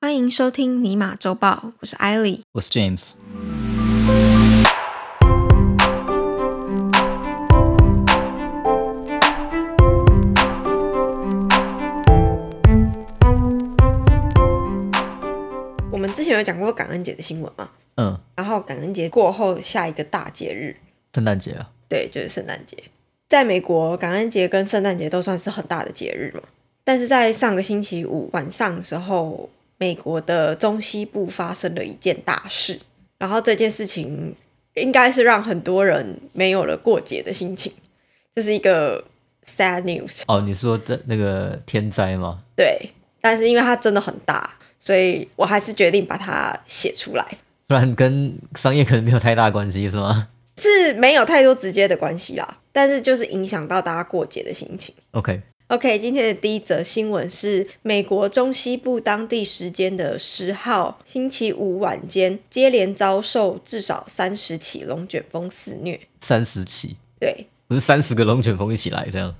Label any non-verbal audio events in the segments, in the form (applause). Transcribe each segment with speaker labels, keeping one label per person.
Speaker 1: 欢迎收听尼玛周报，我是艾莉。
Speaker 2: 我是 James。
Speaker 1: 我们之前有讲过感恩节的新闻嘛？
Speaker 2: 嗯，
Speaker 1: 然后感恩节过后，下一个大节日，
Speaker 2: 圣诞节啊，
Speaker 1: 对，就是圣诞节。在美国，感恩节跟圣诞节都算是很大的节日嘛。但是在上个星期五晚上的时候，美国的中西部发生了一件大事，然后这件事情应该是让很多人没有了过节的心情，这是一个 sad news。
Speaker 2: 哦，你是说在那个天灾吗？
Speaker 1: 对，但是因为它真的很大，所以我还是决定把它写出来，
Speaker 2: 虽然跟商业可能没有太大关系，是吗
Speaker 1: 是没有太多直接的关系啦，但是就是影响到大家过节的心情。
Speaker 2: ？OK，
Speaker 1: OK，今天的第一则新闻是美国中西部当地时间的十号星期五晚间，接连遭受至少三十起龙卷风肆虐。
Speaker 2: 三十起，
Speaker 1: 对，
Speaker 2: 不是三十个龙卷风一起来这样。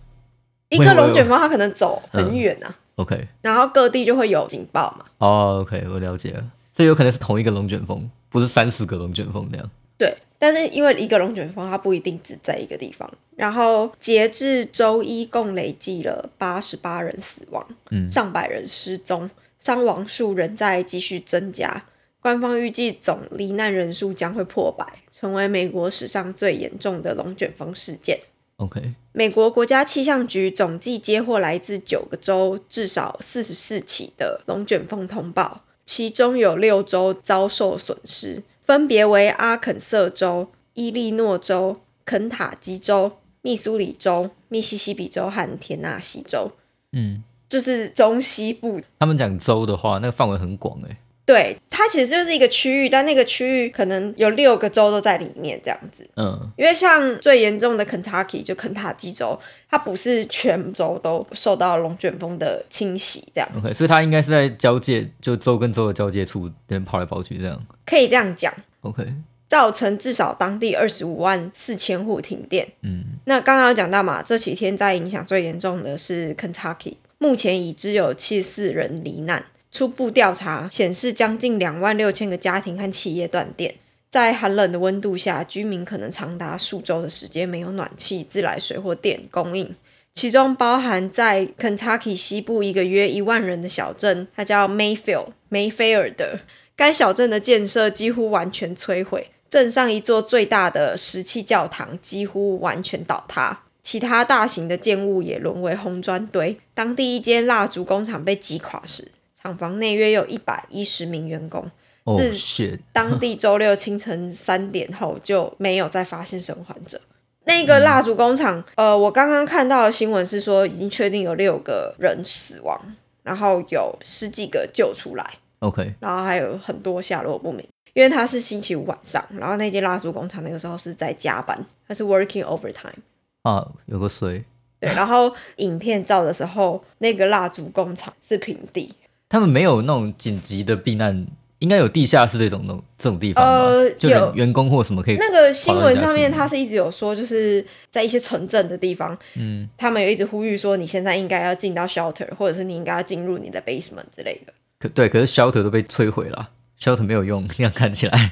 Speaker 1: 一
Speaker 2: 喂
Speaker 1: 个
Speaker 2: 喂嗯
Speaker 1: 龙卷
Speaker 2: 喂
Speaker 1: 风它可能走很远啊，
Speaker 2: OK，
Speaker 1: 然后各地就会有警报嘛。
Speaker 2: 哦，OK，我了解了，所以有可能是同一个龙卷风，不是三十个龙卷风那样。
Speaker 1: 对，但是因为一个龙卷风，它不一定只在一个地方。然后截至周一，共累计了八十八人死亡，
Speaker 2: 嗯
Speaker 1: 上百人失踪，伤亡数仍在继续增加。官方预计总罹难人数将会破百，成为美国史上最严重的龙卷风事件。
Speaker 2: OK，
Speaker 1: 美国国家气象局总计接获来自九个州至少四十四起的龙卷风通报，其中有六州遭受损失，分别为阿肯色州、伊利诺州、肯塔基州、密苏里州、密西西比州和田纳西州，
Speaker 2: 嗯，
Speaker 1: 就是中西部。
Speaker 2: 他们讲州的话，那个范围很广欸诶。
Speaker 1: 对，它其实就是一个区域，但那个区域可能有六个州都在里面这样子。
Speaker 2: 嗯，
Speaker 1: 因为像最严重的 Kentucky 就肯塔基州，它不是全州都受到龙卷风的侵袭，这样
Speaker 2: OK，所以它应该是在交界，就州跟州的交界处，人跑来跑去这样。
Speaker 1: 可以这样讲，
Speaker 2: OK，
Speaker 1: 造成至少当地二十五万四千户停电。
Speaker 2: 嗯，
Speaker 1: 那刚刚有讲到嘛，这几天在影响最严重的是 Kentucky，目前已知有七四人罹难。初步调查显示，将近两万六千个家庭和企业断电。在寒冷的温度下，居民可能长达数周的时间没有暖气、自来水或电供应，其中包含在 Kentucky 西部一个约一万人的小镇，它叫 Mayfield 梅菲尔德。该小镇的建设几乎完全摧毁，镇上一座最大的石砌教堂几乎完全倒塌，其他大型的建物也沦为红砖堆。当地一间蜡烛工厂被击垮时，厂房内约有一百一十名员工。
Speaker 2: 哦、
Speaker 1: 是
Speaker 2: shit，
Speaker 1: 当地周六清晨三点后就没有再发现生还者。那个蜡烛工厂，呃，我刚刚看到的新闻是说，已经确定有六个人死亡，然后有十几个救出来，
Speaker 2: OK，
Speaker 1: 然后还有很多下落不明。因为它是星期五晚上，然后那间蜡烛工厂那个时候是在加班，它是 working overtime。
Speaker 2: 啊，有个谁？
Speaker 1: 对，然后影片照的时候，那个蜡烛工厂是平地，
Speaker 2: 他们没有那种紧急的避难，应该有地下室这种东这种地方吧？
Speaker 1: 呃
Speaker 2: 就
Speaker 1: 有
Speaker 2: 人员工或什么可以
Speaker 1: 那个新闻上
Speaker 2: 跑到人家
Speaker 1: 面，
Speaker 2: 身
Speaker 1: 它
Speaker 2: 上
Speaker 1: 是一直有说，就是在一些城镇的地方，
Speaker 2: 嗯，
Speaker 1: 他们有一直呼吁说，你现在应该要进到 shelter，或者是你应该要进入你的 basement 之类的。
Speaker 2: 可对，可是 shelter 都被摧毁了，shelter 没有用，那样看起
Speaker 1: (laughs)
Speaker 2: 来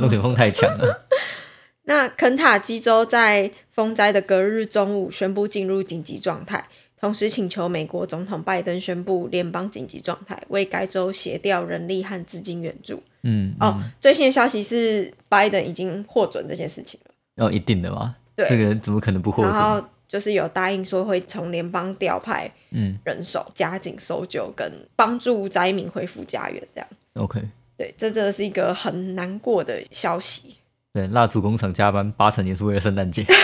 Speaker 2: 龙卷风太强了。
Speaker 1: 那肯塔基州在风灾的隔日中午宣布进入紧急状态，同时请求美国总统拜登宣布联邦紧急状态，为该州协调人力和资金援助。
Speaker 2: 嗯，
Speaker 1: 哦，最新的消息是拜登已经获准这件事情了。
Speaker 2: 哦，一定的嘛，
Speaker 1: 对
Speaker 2: 这个人怎么可能不获
Speaker 1: 然
Speaker 2: 准？
Speaker 1: 后就是有答应说会从联邦调派
Speaker 2: 嗯
Speaker 1: 人手，加紧搜救跟帮助灾民恢复家园，这样。
Speaker 2: ，OK，
Speaker 1: 对，这真的是一个很难过的消息
Speaker 2: 对，蜡烛工厂加班八成也是为了圣诞节。 (laughs)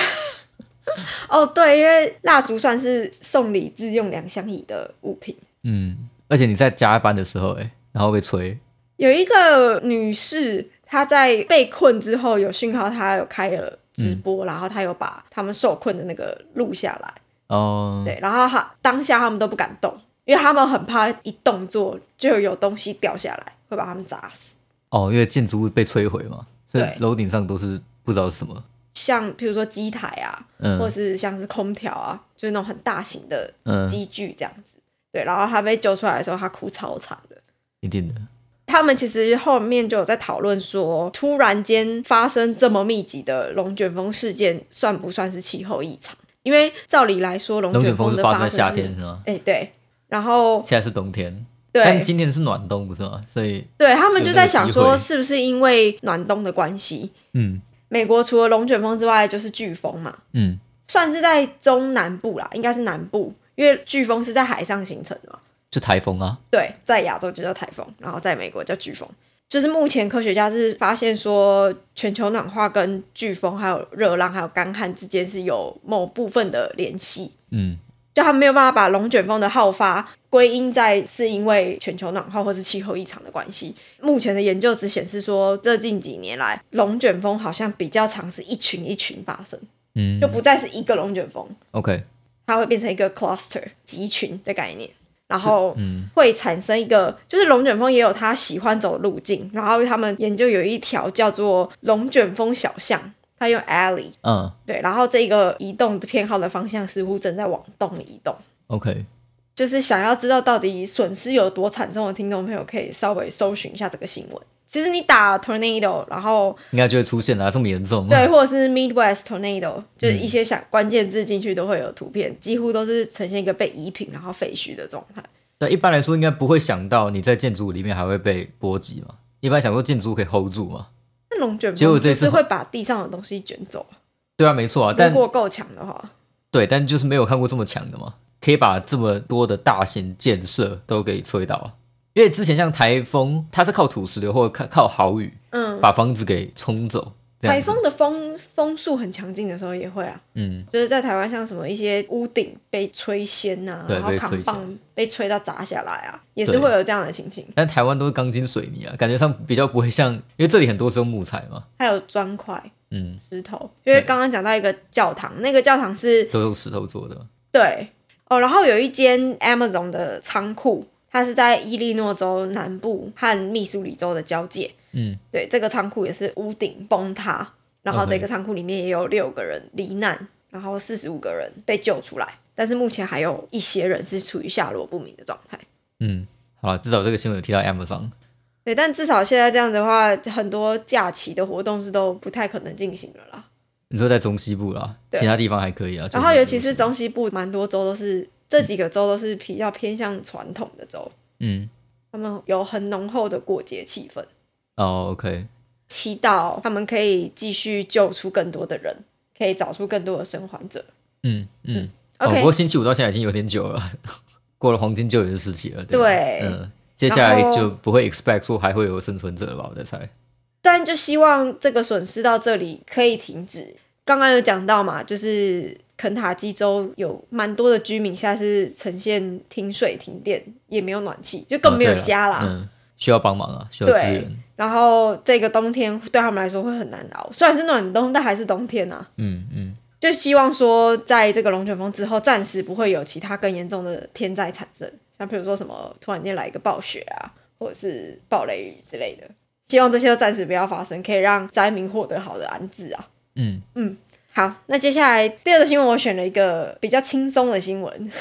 Speaker 1: 哦。对，因为蜡烛算是送礼自用两相宜的物品。
Speaker 2: 嗯，而且你在加班的时候，哎，然后被吹，
Speaker 1: 有一个女士，她在被困之后有讯号，她有开了直播，然后她有把他们受困的那个录下来。
Speaker 2: 哦，
Speaker 1: 对，然后她当下他们都不敢动，因为他们很怕一动作就有东西掉下来，会把他们砸死。
Speaker 2: 哦，因为建筑物被摧毁嘛，所以
Speaker 1: 对
Speaker 2: 楼顶上都是不知道是什么。
Speaker 1: 像比如说机台啊，
Speaker 2: 嗯
Speaker 1: 或是像是空调啊，就是那种很大型的
Speaker 2: 嗯
Speaker 1: 机具这样子。对，然后他被救出来的时候，他哭超惨的，
Speaker 2: 一定的。
Speaker 1: 他们其实后面就有在讨论说，突然间发生这么密集的龙卷风事件，算不算是气候异常？因为照理来说，龙
Speaker 2: 龙卷
Speaker 1: 风
Speaker 2: 风
Speaker 1: 的
Speaker 2: 是
Speaker 1: 发
Speaker 2: 发
Speaker 1: 生
Speaker 2: 生在
Speaker 1: 是
Speaker 2: 夏天，是吗？
Speaker 1: 哎、对，然后
Speaker 2: 现在是冬天，但
Speaker 1: 对
Speaker 2: 今年是暖冬不是吗？所以
Speaker 1: 对，他们就在想
Speaker 2: 有那
Speaker 1: 说，
Speaker 2: 个机
Speaker 1: 是不是因为暖冬的关系，
Speaker 2: 嗯
Speaker 1: 美国除了龙卷风之外就是飓风嘛，
Speaker 2: 嗯，
Speaker 1: 算是在中南部啦，应该是南部，因为飓风是在海上形成的嘛。
Speaker 2: 就台风啊，
Speaker 1: 对，在亚洲就叫台风，然后在美国叫飓风。就是目前科学家是发现说，全球暖化跟飓风、还有热浪、还有干旱之间是有某部分的联系。
Speaker 2: 嗯，
Speaker 1: 就他们没有办法把龙卷风的好发归因在是因为全球暖化或是气候异常的关系。目前的研究只显示说，这近几年来龙卷风好像比较常是一群一群发生，
Speaker 2: 嗯
Speaker 1: 就不再是一个龙卷风，
Speaker 2: ，OK，
Speaker 1: 它会变成一个 cluster 集群的概念，然后
Speaker 2: 嗯
Speaker 1: 会产生一个，就是龙卷风也有它喜欢走路径，然后他们研究有一条叫做龙卷风小巷，它用 alley
Speaker 2: 嗯
Speaker 1: 对，然后这个移动的偏好的方向似乎正在往东移动。
Speaker 2: ，OK，
Speaker 1: 就是想要知道到底损失有多惨重的听众朋友，可以稍微搜寻一下这个新闻。其实你打 tornado，然后
Speaker 2: 应该就会出现啦、这么严重，
Speaker 1: 对，，或者是 Midwest tornado，就是一些想关键字进去都会有图片，几乎都是呈现一个被移平然后废墟的状态。
Speaker 2: 但一般来说应该不会想到你在建筑里面还会被波及嘛，一般想说建筑可以 hold 住嘛，
Speaker 1: 那龙卷
Speaker 2: 结果
Speaker 1: 风
Speaker 2: 这
Speaker 1: 只
Speaker 2: 次
Speaker 1: 是会把地上的东西卷走，
Speaker 2: 对啊，没错啊，
Speaker 1: 如
Speaker 2: 但
Speaker 1: 果够强的话，
Speaker 2: 对，但就是没有看过这么强的嘛，可以把这么多的大型建设都给吹倒啊。因为之前像台风，它是靠土石流或者靠靠豪雨
Speaker 1: 嗯，
Speaker 2: 把房子给冲走，这样
Speaker 1: 台
Speaker 2: 子
Speaker 1: 风的风风速很强劲的时候也会啊，
Speaker 2: 嗯，
Speaker 1: 就是在台湾像什么一些屋顶被吹掀呐、
Speaker 2: 对
Speaker 1: 然后
Speaker 2: 被
Speaker 1: 扛
Speaker 2: 吹
Speaker 1: 棒被吹到砸下来啊，也是
Speaker 2: 对
Speaker 1: 会有这样的情形。
Speaker 2: 但台湾都是钢筋水泥啊，感觉上比较不会像，因为这里很多是用木材嘛，
Speaker 1: 还有砖块、
Speaker 2: 嗯，
Speaker 1: 石头，因为刚刚讲到一个教堂，那个教堂是
Speaker 2: 都是用石头做的，
Speaker 1: 对哦，然后有一间 Amazon 的仓库，它是在伊利诺州南部和密苏里州的交界。
Speaker 2: 嗯，
Speaker 1: 对，这个仓库也是屋顶崩塌，然后
Speaker 2: OK
Speaker 1: 这个仓库里面也有六个人罹难，然后四十五个人被救出来，但是目前还有一些人是处于下落不明的状态。
Speaker 2: 嗯，好了，至少这个新闻有提到 Amazon，
Speaker 1: 对，但至少现在这样子的话，很多假期的活动是都不太可能进行了啦。
Speaker 2: 你说在中西部啦，
Speaker 1: 对
Speaker 2: 其他地方还可以啊，
Speaker 1: 然后尤其
Speaker 2: 就是
Speaker 1: 中西部，蛮多州都是这几个州都是比较偏向传统的州，
Speaker 2: 嗯，
Speaker 1: 他们有很浓厚的过节气氛，
Speaker 2: 哦，OK，
Speaker 1: 祈祷他们可以继续救出更多的人，可以找出更多的生还者。
Speaker 2: 嗯嗯，哦，
Speaker 1: OK，、
Speaker 2: 不过星期五到现在已经有点久了， (laughs) 过了黄金救援时期了。吧
Speaker 1: 对
Speaker 2: 嗯，接下来
Speaker 1: 然后
Speaker 2: 就不会 expect 说还会有生存者了吧？我在猜。
Speaker 1: 但就希望这个损失到这里可以停止。刚刚有讲到嘛，就是肯塔基州有蛮多的居民现在是呈现停水、停电，也没有暖气，就更没有
Speaker 2: 嗯对啦
Speaker 1: 家啦。
Speaker 2: 嗯，需要帮忙啊，需要支援。
Speaker 1: 然后这个冬天对他们来说会很难熬，虽然是暖冬，但还是冬天啊。
Speaker 2: 嗯嗯，
Speaker 1: 就希望说，在这个龙卷风之后，暂时不会有其他更严重的天灾产生，像比如说什么突然间来一个暴雪啊，或者是暴雷雨之类的。希望这些都暂时不要发生，可以让灾民获得好的安置啊。
Speaker 2: 嗯，
Speaker 1: 好，那接下来第二则新闻，我选了一个比较轻松的新闻。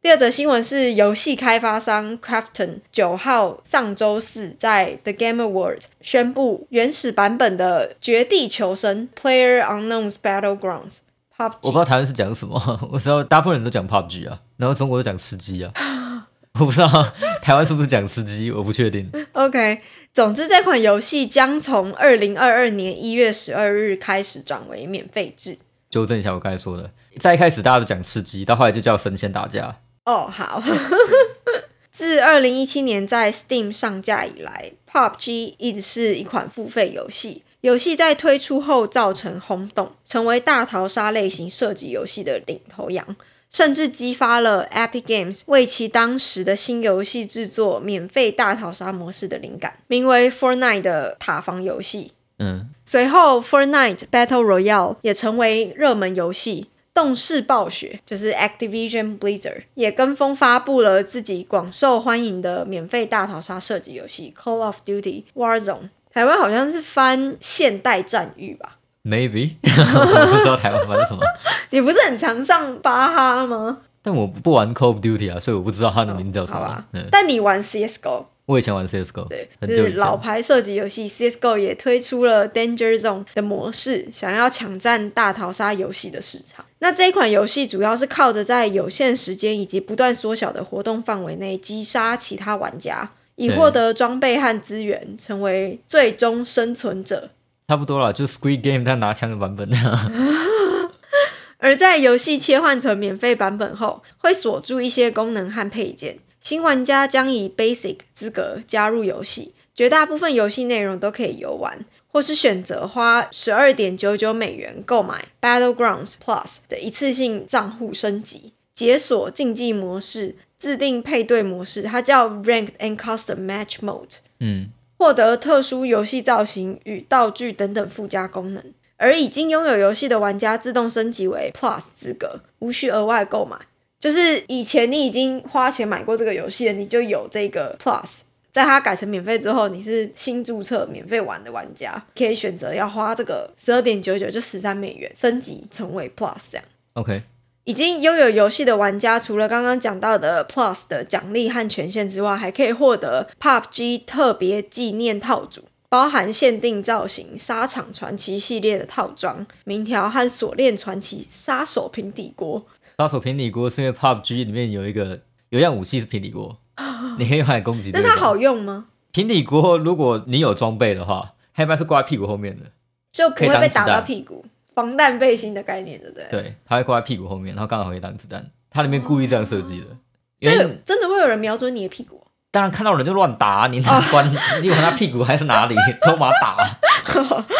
Speaker 1: 第二则新闻是游戏开发商 Crafton 九号上周四在 The Game Awards 宣布原始版本的《绝地求生》（Player Unknown's Battlegrounds）。
Speaker 2: 我不
Speaker 1: PUBG
Speaker 2: 知道台湾是讲什么， (laughs) 我知道大部分人都讲 PUBG 啊，然后中国都讲吃鸡啊， (laughs) 我不知道台湾是不是讲吃鸡，我不确定。
Speaker 1: OK，总之这款游戏将从二零二二年一月十二日开始转为免费制。
Speaker 2: 纠正一下我刚才说的，在一开始大家都讲吃鸡，到后来就叫神仙打架。
Speaker 1: 哦，好。 (laughs) 自二零一七年在 Steam 上架以来，PUBG 一直是一款付费游戏。游戏在推出后造成轰动，成为大逃杀类型射击游戏的领头羊，甚至激发了 Epic Games 为其当时的新游戏制作免费大逃杀模式的灵感，名为 Fortnite 的塔防游戏。
Speaker 2: 嗯，
Speaker 1: 随后，Fortnite Battle Royale 也成为热门游戏。动视暴雪就是 Activision Blizzard 也跟风发布了自己广受欢迎的免费大逃杀射击游戏《Call of Duty Warzone》。台湾好像是翻现代战域吧？
Speaker 2: maybe (laughs) 我不知道台湾玩什么。
Speaker 1: 你不是很常上巴哈吗？
Speaker 2: 但我不玩 Call of Duty 啊，所以我不知道它的名字叫什
Speaker 1: 好吧
Speaker 2: 么。嗯，
Speaker 1: 但你玩 CSGO，
Speaker 2: 我以前玩 CSGO，
Speaker 1: 对，
Speaker 2: 很
Speaker 1: 就
Speaker 2: 久
Speaker 1: 是
Speaker 2: 以
Speaker 1: 老
Speaker 2: 前。
Speaker 1: 牌射击游戏 CSGO 也推出了 Danger Zone 的模式，想要抢占大逃杀游戏的市场。那这一款游戏主要是靠着在有限时间以及不断缩小的活动范围内击杀其他玩家，以
Speaker 2: 对
Speaker 1: 获得装备和资源，成为最终生存者。
Speaker 2: 差不多啦，就 Squid Game 它拿枪的版本 (laughs)
Speaker 1: 而在游戏切换成免费版本后，会锁住一些功能和配件。新玩家将以 Basic 资格加入游戏，绝大部分游戏内容都可以游玩，或是选择花十二点九九美元购买 Battlegrounds Plus 的一次性账户升级，解锁竞技模式，自定配对模式，它叫 Ranked and Custom Match Mode。
Speaker 2: 嗯，
Speaker 1: 获得特殊游戏造型与道具等等附加功能。而已经拥有游戏的玩家自动升级为 Plus 资格，无需额外购买。就是以前你已经花钱买过这个游戏了，你就有这个 Plus。在它改成免费之后，你是新注册免费玩的玩家，可以选择要花这个十二点九九，就十三美元升级成为 Plus 这样。
Speaker 2: OK，
Speaker 1: 已经拥有游戏的玩家，除了刚刚讲到的 Plus 的奖励和权限之外，还可以获得 PUBG 特别纪念套组，包含限定造型、沙场传奇系列的套装、名条和锁链传奇杀手平底锅。
Speaker 2: 杀手平底锅是因为 PUBG 里面有一个有一样武器是平底锅，你可以用来攻击
Speaker 1: 那
Speaker 2: 对
Speaker 1: 它
Speaker 2: 方。
Speaker 1: 好用吗？
Speaker 2: 平底锅，如果你有装备的话，黑麦是挂在屁股后面的，
Speaker 1: 就不
Speaker 2: 可以
Speaker 1: 会
Speaker 2: 当
Speaker 1: 被
Speaker 2: 子
Speaker 1: 打到
Speaker 2: 弹
Speaker 1: 屁股，防弹背心的概念，对不对？。
Speaker 2: 对，它会挂在屁股后面，然后刚好可以挡子弹。它里面故意这样设计的，因
Speaker 1: 所
Speaker 2: 为
Speaker 1: 以真的会有人瞄准你的屁股哦？
Speaker 2: 当然看到人就乱打，你哪管、你管他屁股还是哪里， (laughs) 都马打。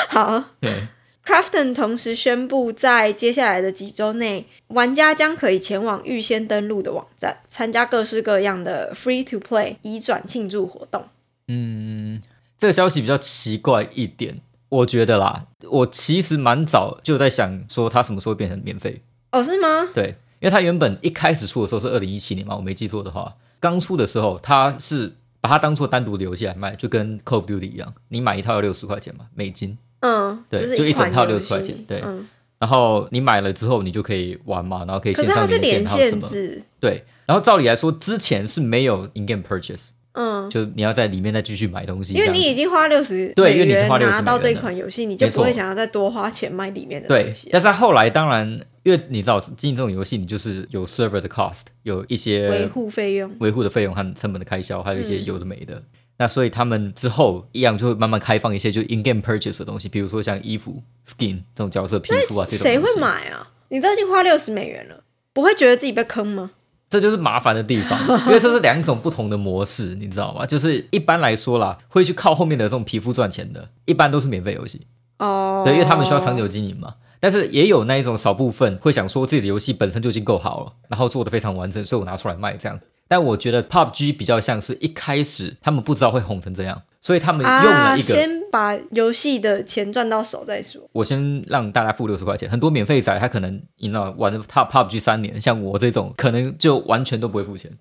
Speaker 1: 好，
Speaker 2: 对，
Speaker 1: Crafton 同时宣布，在接下来的几周内，玩家将可以前往预先登录的网站，参加各式各样的 free to play 移转庆祝活动。
Speaker 2: 嗯，这个消息比较奇怪一点，我觉得啦，我其实蛮早就在想说它什么时候变成免费，
Speaker 1: 哦，是吗？
Speaker 2: 对，因为它原本一开始出的时候是二零一七年嘛，我没记错的话，刚出的时候它是把它当做单独的游戏来卖，就跟 Call of Duty 一样，你买一套要六十块钱嘛，美金，
Speaker 1: 嗯，
Speaker 2: 对
Speaker 1: 是
Speaker 2: 就一整
Speaker 1: 款
Speaker 2: 套
Speaker 1: 游
Speaker 2: 60块
Speaker 1: 戏
Speaker 2: 钱对
Speaker 1: 嗯，
Speaker 2: 然后你买了之后你就可以玩嘛，然后可以
Speaker 1: 可
Speaker 2: 线
Speaker 1: 是它
Speaker 2: 上
Speaker 1: 是
Speaker 2: 连线
Speaker 1: 连
Speaker 2: 还有什
Speaker 1: 线
Speaker 2: 么，
Speaker 1: 制，
Speaker 2: 对，然后照理来说之前是没有 in game purchase，
Speaker 1: 嗯，
Speaker 2: 就你要在里面再继续买东西这
Speaker 1: 因
Speaker 2: 样
Speaker 1: 为
Speaker 2: 子，
Speaker 1: 你已经花六十
Speaker 2: 对
Speaker 1: 美
Speaker 2: 因为你已经
Speaker 1: 元
Speaker 2: 花60
Speaker 1: 拿到
Speaker 2: 美元
Speaker 1: 这
Speaker 2: 了
Speaker 1: 款游戏，你就
Speaker 2: 没
Speaker 1: 不会
Speaker 2: 错
Speaker 1: 想要再多花钱买里面的
Speaker 2: 对
Speaker 1: 东西，啊
Speaker 2: 但是后来当然，因为你知道进这种游戏，你就是有 server 的 cost，有一
Speaker 1: 维
Speaker 2: 些
Speaker 1: 护费用。
Speaker 2: 维护的费用和成本的开销，还有一
Speaker 1: 嗯
Speaker 2: 些有的没的。那所以他们之后一样就会慢慢开放一些就 in game purchase 的东西，比如说像衣服、skin 这种角色皮肤啊这种东西。
Speaker 1: 谁会？买啊？你都已经花六十美元了，不会觉得自己被坑吗？
Speaker 2: 这就是麻烦的地
Speaker 1: (laughs)
Speaker 2: 方，因为这是两种不同的模式，你知道吗？就是一般来说啦，会去靠后面的这种皮肤赚钱的，一般都是免费游戏。
Speaker 1: 哦，
Speaker 2: 对，因为他们需要长久经营嘛。但是也有那一种少部分会想说自己的游戏本身就已经够好了，然后做的非常完整，所以我拿出来卖这样。但我觉得 PUBG 比较像是一开始他们不知道会红成这样，所以他们用
Speaker 1: 啊，
Speaker 2: 了一个、
Speaker 1: 先把游戏的钱赚到手再说。
Speaker 2: 我先让大家付六十块钱，很多免费仔他可能你知道玩了他 PUBG 三年，像我这种可能就完全都不会
Speaker 1: (laughs)
Speaker 2: 付钱，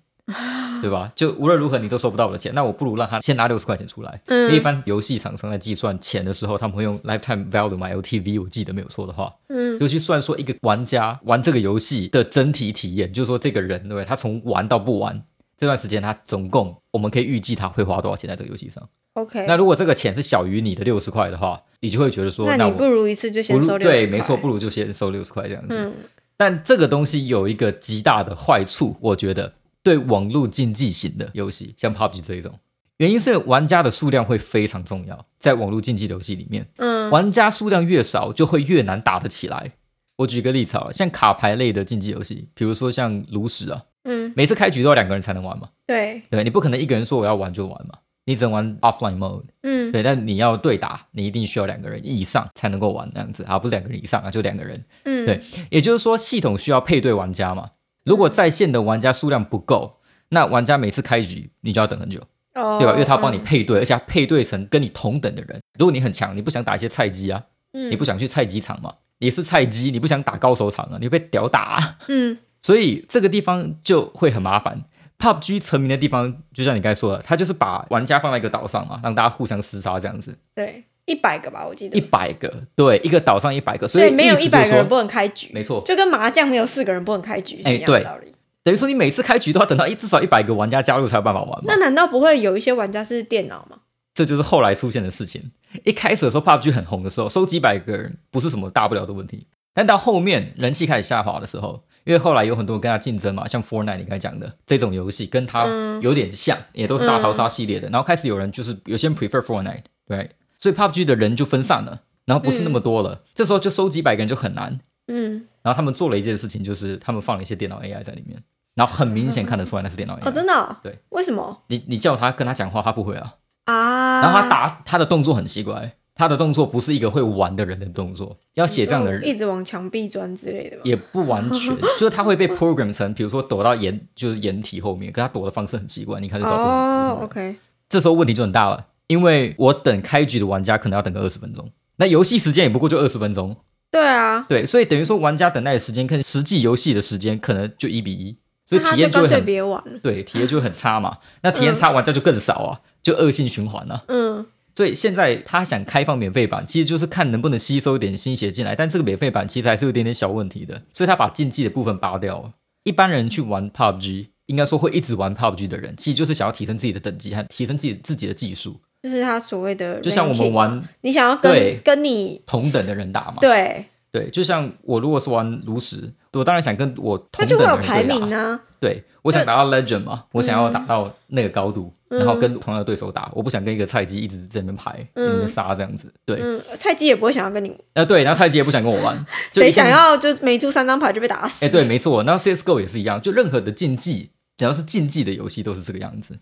Speaker 2: 对吧？就无论如何你都收不到我的钱，那我不如让他先拿六十块钱出来。因为一
Speaker 1: 嗯
Speaker 2: 般游戏厂商在计算钱的时候，他们会用 lifetime value 嘛 LTV，我记得没有错的话，
Speaker 1: 嗯，
Speaker 2: 就去算说一个玩家玩这个游戏的整体体验，就是说这个人对不对？他从玩到不玩这段时间，他总共我们可以预计他会花多少钱在这个游戏上。
Speaker 1: ，OK
Speaker 2: 那。如果这个钱是小于你的六十块的话，你就会觉得说，那
Speaker 1: 你
Speaker 2: 我
Speaker 1: 不如一次就
Speaker 2: 不
Speaker 1: 先
Speaker 2: 如
Speaker 1: 收六
Speaker 2: 对，没错，不如就先收六十块这样子。
Speaker 1: 嗯
Speaker 2: 但这个东西有一个极大的坏处，我觉得对网络竞技型的游戏，像 PUBG 这一种，原因是玩家的数量会非常重要，在网络竞技游戏里面。
Speaker 1: 嗯，
Speaker 2: 玩家数量越少，就会越难打得起来。我举个例子好了，像卡牌类的竞技游戏，比如说像炉石啊，
Speaker 1: 嗯，
Speaker 2: 每次开局都要两个人才能玩嘛，
Speaker 1: 对，
Speaker 2: 对，你不可能一个人说我要玩就玩嘛，你只能玩 offline mode，
Speaker 1: 嗯
Speaker 2: 对，但你要对打，你一定需要两个人以上才能够玩那样子啊，不是两个人以上啊，就两个人，
Speaker 1: 嗯，
Speaker 2: 对，也就是说系统需要配对玩家嘛，如果在线的玩家数量不够，那玩家每次开局你就要等很久。
Speaker 1: 哦，
Speaker 2: 对吧？因为他要帮你
Speaker 1: 嗯，
Speaker 2: 配对，而且他配对成跟你同等的人。如果你很强，你不想打一些菜鸡啊，
Speaker 1: 嗯
Speaker 2: 你不想去菜鸡场嘛？你是菜鸡，你不想打高手场啊，你会被屌打、啊， (laughs)
Speaker 1: 嗯
Speaker 2: 所以这个地方就会很麻烦。PUBG 成名的地方，就像你刚才说的，它就是把玩家放在一个岛上嘛，让大家互相厮杀这样子，
Speaker 1: 对，一百个吧，我记
Speaker 2: 一
Speaker 1: 得，
Speaker 2: 百个，对，一个岛上一百个，
Speaker 1: 所
Speaker 2: 以
Speaker 1: 没有
Speaker 2: 意思
Speaker 1: 一
Speaker 2: 就
Speaker 1: 百
Speaker 2: 是
Speaker 1: 个人
Speaker 2: 说，
Speaker 1: 不能开局，
Speaker 2: 没错
Speaker 1: 就跟麻将没有四个人不能开局是一样的
Speaker 2: 哎对
Speaker 1: 道理。
Speaker 2: 等于说你每次开局都要等到一至少一百个玩家加入才有办法玩嘛
Speaker 1: 那。难道不会有一些玩家是电脑吗？
Speaker 2: 这就是后来出现的事情。一开始的时候，PUBG 很红的时候，收几百个人不是什么大不了的问题。但到后面人气开始下滑的时候，因为后来有很多人跟他竞争嘛，像 Fortnite 你刚才讲的这种游戏，跟它
Speaker 1: 嗯
Speaker 2: 有点像，也都是大逃杀系列的。然后开始有人就是有些人 prefer Fortnite，对，所以 PUBG 的人就分散了，然后不是那么多了。这时候就收几百个人就很难。
Speaker 1: 嗯，
Speaker 2: 然后他们做了一件事情，就是他们放了一些电脑 AI 在里面，然后很明显看得出来那是电脑 AI。
Speaker 1: 哦，真的哦、
Speaker 2: 哎对，
Speaker 1: 为什么
Speaker 2: 你你叫他跟他讲话，他不会啊。
Speaker 1: 啊？
Speaker 2: 然后他打他的动作很奇怪，他的动作不是一个会玩的人的动作，要写这样的
Speaker 1: 一
Speaker 2: 人
Speaker 1: 直往墙壁钻之类的吧？
Speaker 2: 也不完全，就是他会被 program 成，比如说躲到掩就是掩体后面，可他躲的方式很奇怪，你看就知道不是嗯
Speaker 1: 哦
Speaker 2: 不是人
Speaker 1: ，OK，
Speaker 2: 这时候问题就很大了，因为我等开局的玩家可能要等个二十分钟，那游戏时间也不过就二十分钟，
Speaker 1: 对啊，
Speaker 2: 对，所以等于说玩家等待的时间跟实际游戏的时间可能就一比一，所以
Speaker 1: 那他
Speaker 2: 体
Speaker 1: 就
Speaker 2: 验就
Speaker 1: 干
Speaker 2: 会
Speaker 1: 脆嗯
Speaker 2: 很
Speaker 1: 别玩了。
Speaker 2: 对，体验就会很差嘛，那体验差玩家就更少啊，就恶性循环啊。
Speaker 1: 嗯，
Speaker 2: 所以现在他想开放免费版，其实就是看能不能吸收一点新血进来。但这个免费版其实还是有一点点小问题的，所以他把竞技的部分拔掉了。一般人去玩 PUBG，应该说会一直玩 PUBG 的人，其实就是想要提升自己的等级和提升自己自己的技术，
Speaker 1: 就是他所谓的 ranking 嘛，
Speaker 2: 就像我们玩
Speaker 1: 你想要
Speaker 2: 对
Speaker 1: 跟跟你
Speaker 2: 同等的人打嘛。
Speaker 1: 对，
Speaker 2: 对，就像我如果是玩炉石，我当然想跟我
Speaker 1: 他
Speaker 2: 同
Speaker 1: 就
Speaker 2: 等
Speaker 1: 会有
Speaker 2: 的人
Speaker 1: 排
Speaker 2: 对打。
Speaker 1: 名啊。
Speaker 2: 对，我想达到 Legend 嘛，我想要达到那个高度，
Speaker 1: 嗯
Speaker 2: 然后跟同样的对手打，我不想跟一个菜鸡一直在那边排，一直在那边杀这样子。对，
Speaker 1: 嗯，菜鸡也不会想要跟你，
Speaker 2: 呃，对，然后蔡姐也不想跟我玩，就
Speaker 1: 谁
Speaker 2: 一下
Speaker 1: 想？要就是没出三张牌就被打死。
Speaker 2: 哎，对，没错，那 CS:GO 也是一样，就任何的竞技，只要是竞技的游戏都是这个样子。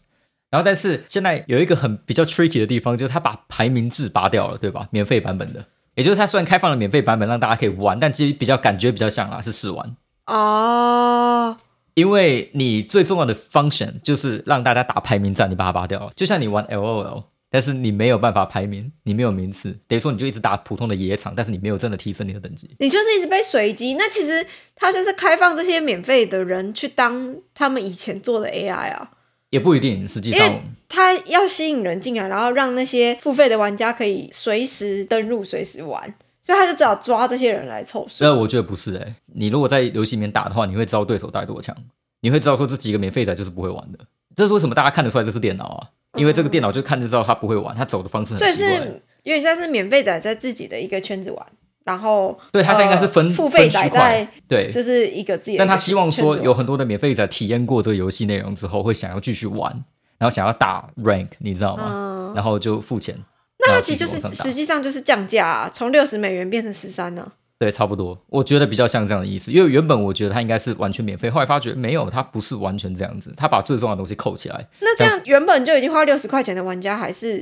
Speaker 2: 然后，但是现在有一个很比较 tricky 的地方，就是他把排名制拔掉了，对吧？免费版本的，也就是他虽然开放了免费版本让大家可以玩，但其实比较感觉比较像啊是试玩，
Speaker 1: 哦，
Speaker 2: 因为你最重要的 function 就是让大家打排名战，你把它拔掉了，就像你玩 LOL。但是你没有办法排名，你没有名次，等于说你就一直打普通的野场，但是你没有真的提升你的等级。
Speaker 1: 你就是一直被随机。那其实他就是开放这些免费的人去当他们以前做的 AI 啊。
Speaker 2: 也不一定，实际
Speaker 1: 因为
Speaker 2: 上
Speaker 1: 他要吸引人进来，然后让那些付费的玩家可以随时登入、随时玩，所以他就只好抓这些人来凑数。
Speaker 2: 呃，我觉得不是哎、你如果在游戏里面打的话，你会知道对手大概多强，你会知道说这几个免费仔就是不会玩的。这是为什么大家看得出来这是电脑啊？因为这个电脑就看就知道他不会玩，他走的方式很
Speaker 1: 所以
Speaker 2: 奇
Speaker 1: 是
Speaker 2: 怪。
Speaker 1: 有点像是免费仔在自己的一个圈子玩，然后
Speaker 2: 对，他现在应该是分、
Speaker 1: 呃付费
Speaker 2: 分区
Speaker 1: 仔
Speaker 2: 块
Speaker 1: 在，
Speaker 2: 对。
Speaker 1: 就是一个自己的一个圈子玩，
Speaker 2: 但他希望说有很多的免费仔体验过这个游戏内容之后，会想要继续玩，然后想要打 rank，你知道吗？
Speaker 1: 嗯，
Speaker 2: 然后就付钱。
Speaker 1: 那他
Speaker 2: 然后
Speaker 1: 其实就
Speaker 2: 继续往
Speaker 1: 是
Speaker 2: 上打
Speaker 1: 实际上就是降价、啊，从六十美元变成十三呢。
Speaker 2: 对，差不多，我觉得比较像这样的意思。因为原本我觉得它应该是完全免费，后来发觉没有，它不是完全这样子，它把最重要的东西扣起来，
Speaker 1: 那这样原本就已经花六十块钱的玩家还是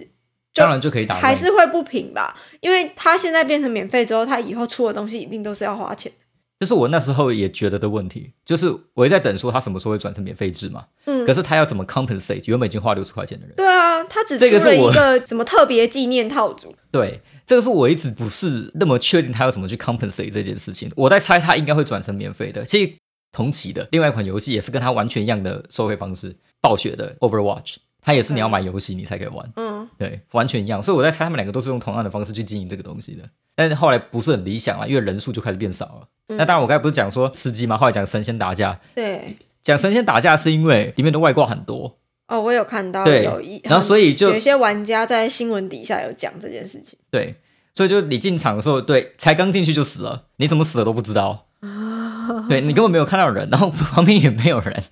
Speaker 1: 就
Speaker 2: 当然就可以打 rank。
Speaker 1: 还是会不平吧，因为他现在变成免费之后，他以后出的东西一定都是要花钱。
Speaker 2: 这是我那时候也觉得的问题，就是我也在等说它什么时候会转成免费制嘛。
Speaker 1: 嗯
Speaker 2: 可是它要怎么 compensate 原本已经花六十块钱的人？
Speaker 1: 对啊，他只出
Speaker 2: 这个是
Speaker 1: 了
Speaker 2: 我
Speaker 1: 一个什么特别纪念套组，
Speaker 2: 对，这个是我一直不是那么确定他要怎么去 compensate 这件事情。我在猜他应该会转成免费的。其实同期的另外一款游戏也是跟它完全一样的收费方式，暴雪的 Overwatch，它也是你要买游戏你才可以玩。
Speaker 1: 嗯，
Speaker 2: 对，完全一样。所以我在猜他们两个都是用同样的方式去经营这个东西的，但是后来不是很理想了，因为人数就开始变少了。
Speaker 1: 嗯
Speaker 2: 那当然，我刚才不是讲说吃鸡嘛，后来讲神仙打架，
Speaker 1: 对，
Speaker 2: 讲神仙打架是因为里面的外挂很多，
Speaker 1: 哦，我有看到
Speaker 2: 对
Speaker 1: 有一，，
Speaker 2: 然后所
Speaker 1: 以
Speaker 2: 以就
Speaker 1: 有一些玩家在新闻底下有讲这件事情
Speaker 2: 对，所以就你进场的时候，对，才刚进去就死了，你怎么死的都不知道，对你根本没有看到人，然后旁边也没有人，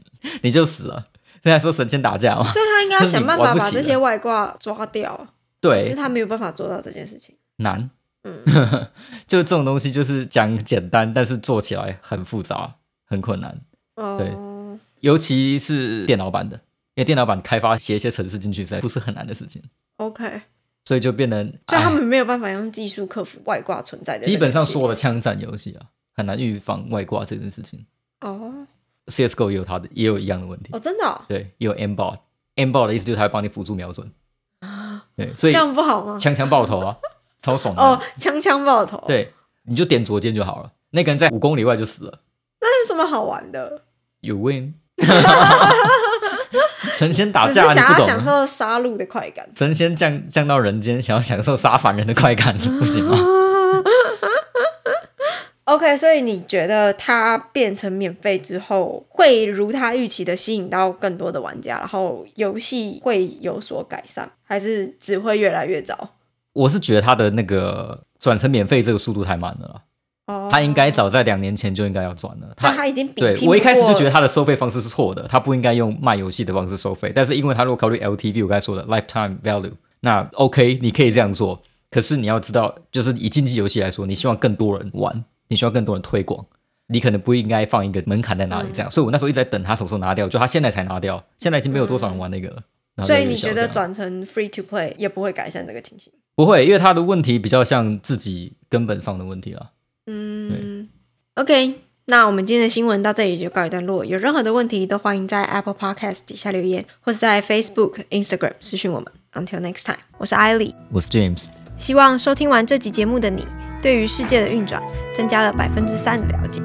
Speaker 2: 你就死了。现在说神仙打架嘛，
Speaker 1: 所以他应该要想办
Speaker 2: 那
Speaker 1: 法
Speaker 2: (laughs) 你玩不
Speaker 1: 把
Speaker 2: 起
Speaker 1: 这
Speaker 2: 了
Speaker 1: 些外挂抓掉，只是
Speaker 2: 对，
Speaker 1: 他没有办法做到这件事情。
Speaker 2: 难，
Speaker 1: 嗯
Speaker 2: (laughs) 就这种东西就是讲简单，但是做起来很复杂，很困难。
Speaker 1: 哦，
Speaker 2: 尤其是电脑版的，因为电脑版开发写一些程式进去实在不是很难的事情，
Speaker 1: ，OK，
Speaker 2: 所以就变成
Speaker 1: 所以他
Speaker 2: 哎
Speaker 1: 们没有办法用技术克服外挂存在的这
Speaker 2: 基
Speaker 1: 件事情。
Speaker 2: 本上所有的枪战游戏啊，很难预防外挂这件事情。
Speaker 1: 哦
Speaker 2: CS:GO 也有它的，也有一样的问题，
Speaker 1: 哦，真的哦、
Speaker 2: 对，也有 aimbot。aimbot 的意思就是它会帮你辅助瞄准，对，
Speaker 1: 啊
Speaker 2: 所
Speaker 1: 这
Speaker 2: 以
Speaker 1: 样不好吗？
Speaker 2: 枪枪爆头啊，超爽的。
Speaker 1: 哦，枪枪爆头，，
Speaker 2: 对，你就点左键就好了，那个人在五公里外就死了
Speaker 1: 那有什么好玩的？
Speaker 2: ，you win。神仙打
Speaker 1: 只是
Speaker 2: 架你
Speaker 1: 想
Speaker 2: 不
Speaker 1: 要
Speaker 2: 懂
Speaker 1: 享
Speaker 2: 啊。
Speaker 1: 受杀戮的快感。
Speaker 2: 神仙降降到人间，想要享受杀凡人的快感，不行吗？
Speaker 1: 哦， OK，所以你觉得它变成免费之后，会如它预期的吸引到更多的玩家，然后游戏会有所改善，还是只会越来越糟？
Speaker 2: (laughs) 我是觉得它的那个转成免费这个速度太慢了啦，
Speaker 1: 哦，
Speaker 2: 它应该早在两年前就应该要转了。
Speaker 1: 所以
Speaker 2: 它
Speaker 1: 它已经比
Speaker 2: 对
Speaker 1: 拼
Speaker 2: 我一开始就觉得
Speaker 1: 它
Speaker 2: 它的收费方式是错的，它不应该用卖游戏的方式收费。但是因为它如果考虑 LTV，我刚才说的 lifetime value，那 OK，你可以这样做。可是你要知道，就是以竞技游戏来说，你希望更多人玩，你希望更多人推广，你可能不应该放一个门槛在哪
Speaker 1: 嗯
Speaker 2: 里这样。所以我那时候一直在等它什么时候拿掉，就它现在才拿掉，现在已经没有多少人玩那个了。然后
Speaker 1: 所以
Speaker 2: 就
Speaker 1: 你
Speaker 2: 取消
Speaker 1: 觉
Speaker 2: 这
Speaker 1: 得
Speaker 2: 样
Speaker 1: 转成 free to play 也不会改善这个情形？
Speaker 2: 不会？因为它的问题比较像自己根本上的问题了。
Speaker 1: 嗯，OK，那我们今天的新闻到这里就告一段落。有任何的问题都欢迎在 Apple Podcast 底下留言，或是在 Facebook、Instagram 私讯我们。Until next time，我是艾莉。
Speaker 2: 我是 James。
Speaker 1: 希望收听完这集节目的你，对于世界的运转增加了百分之三的了解。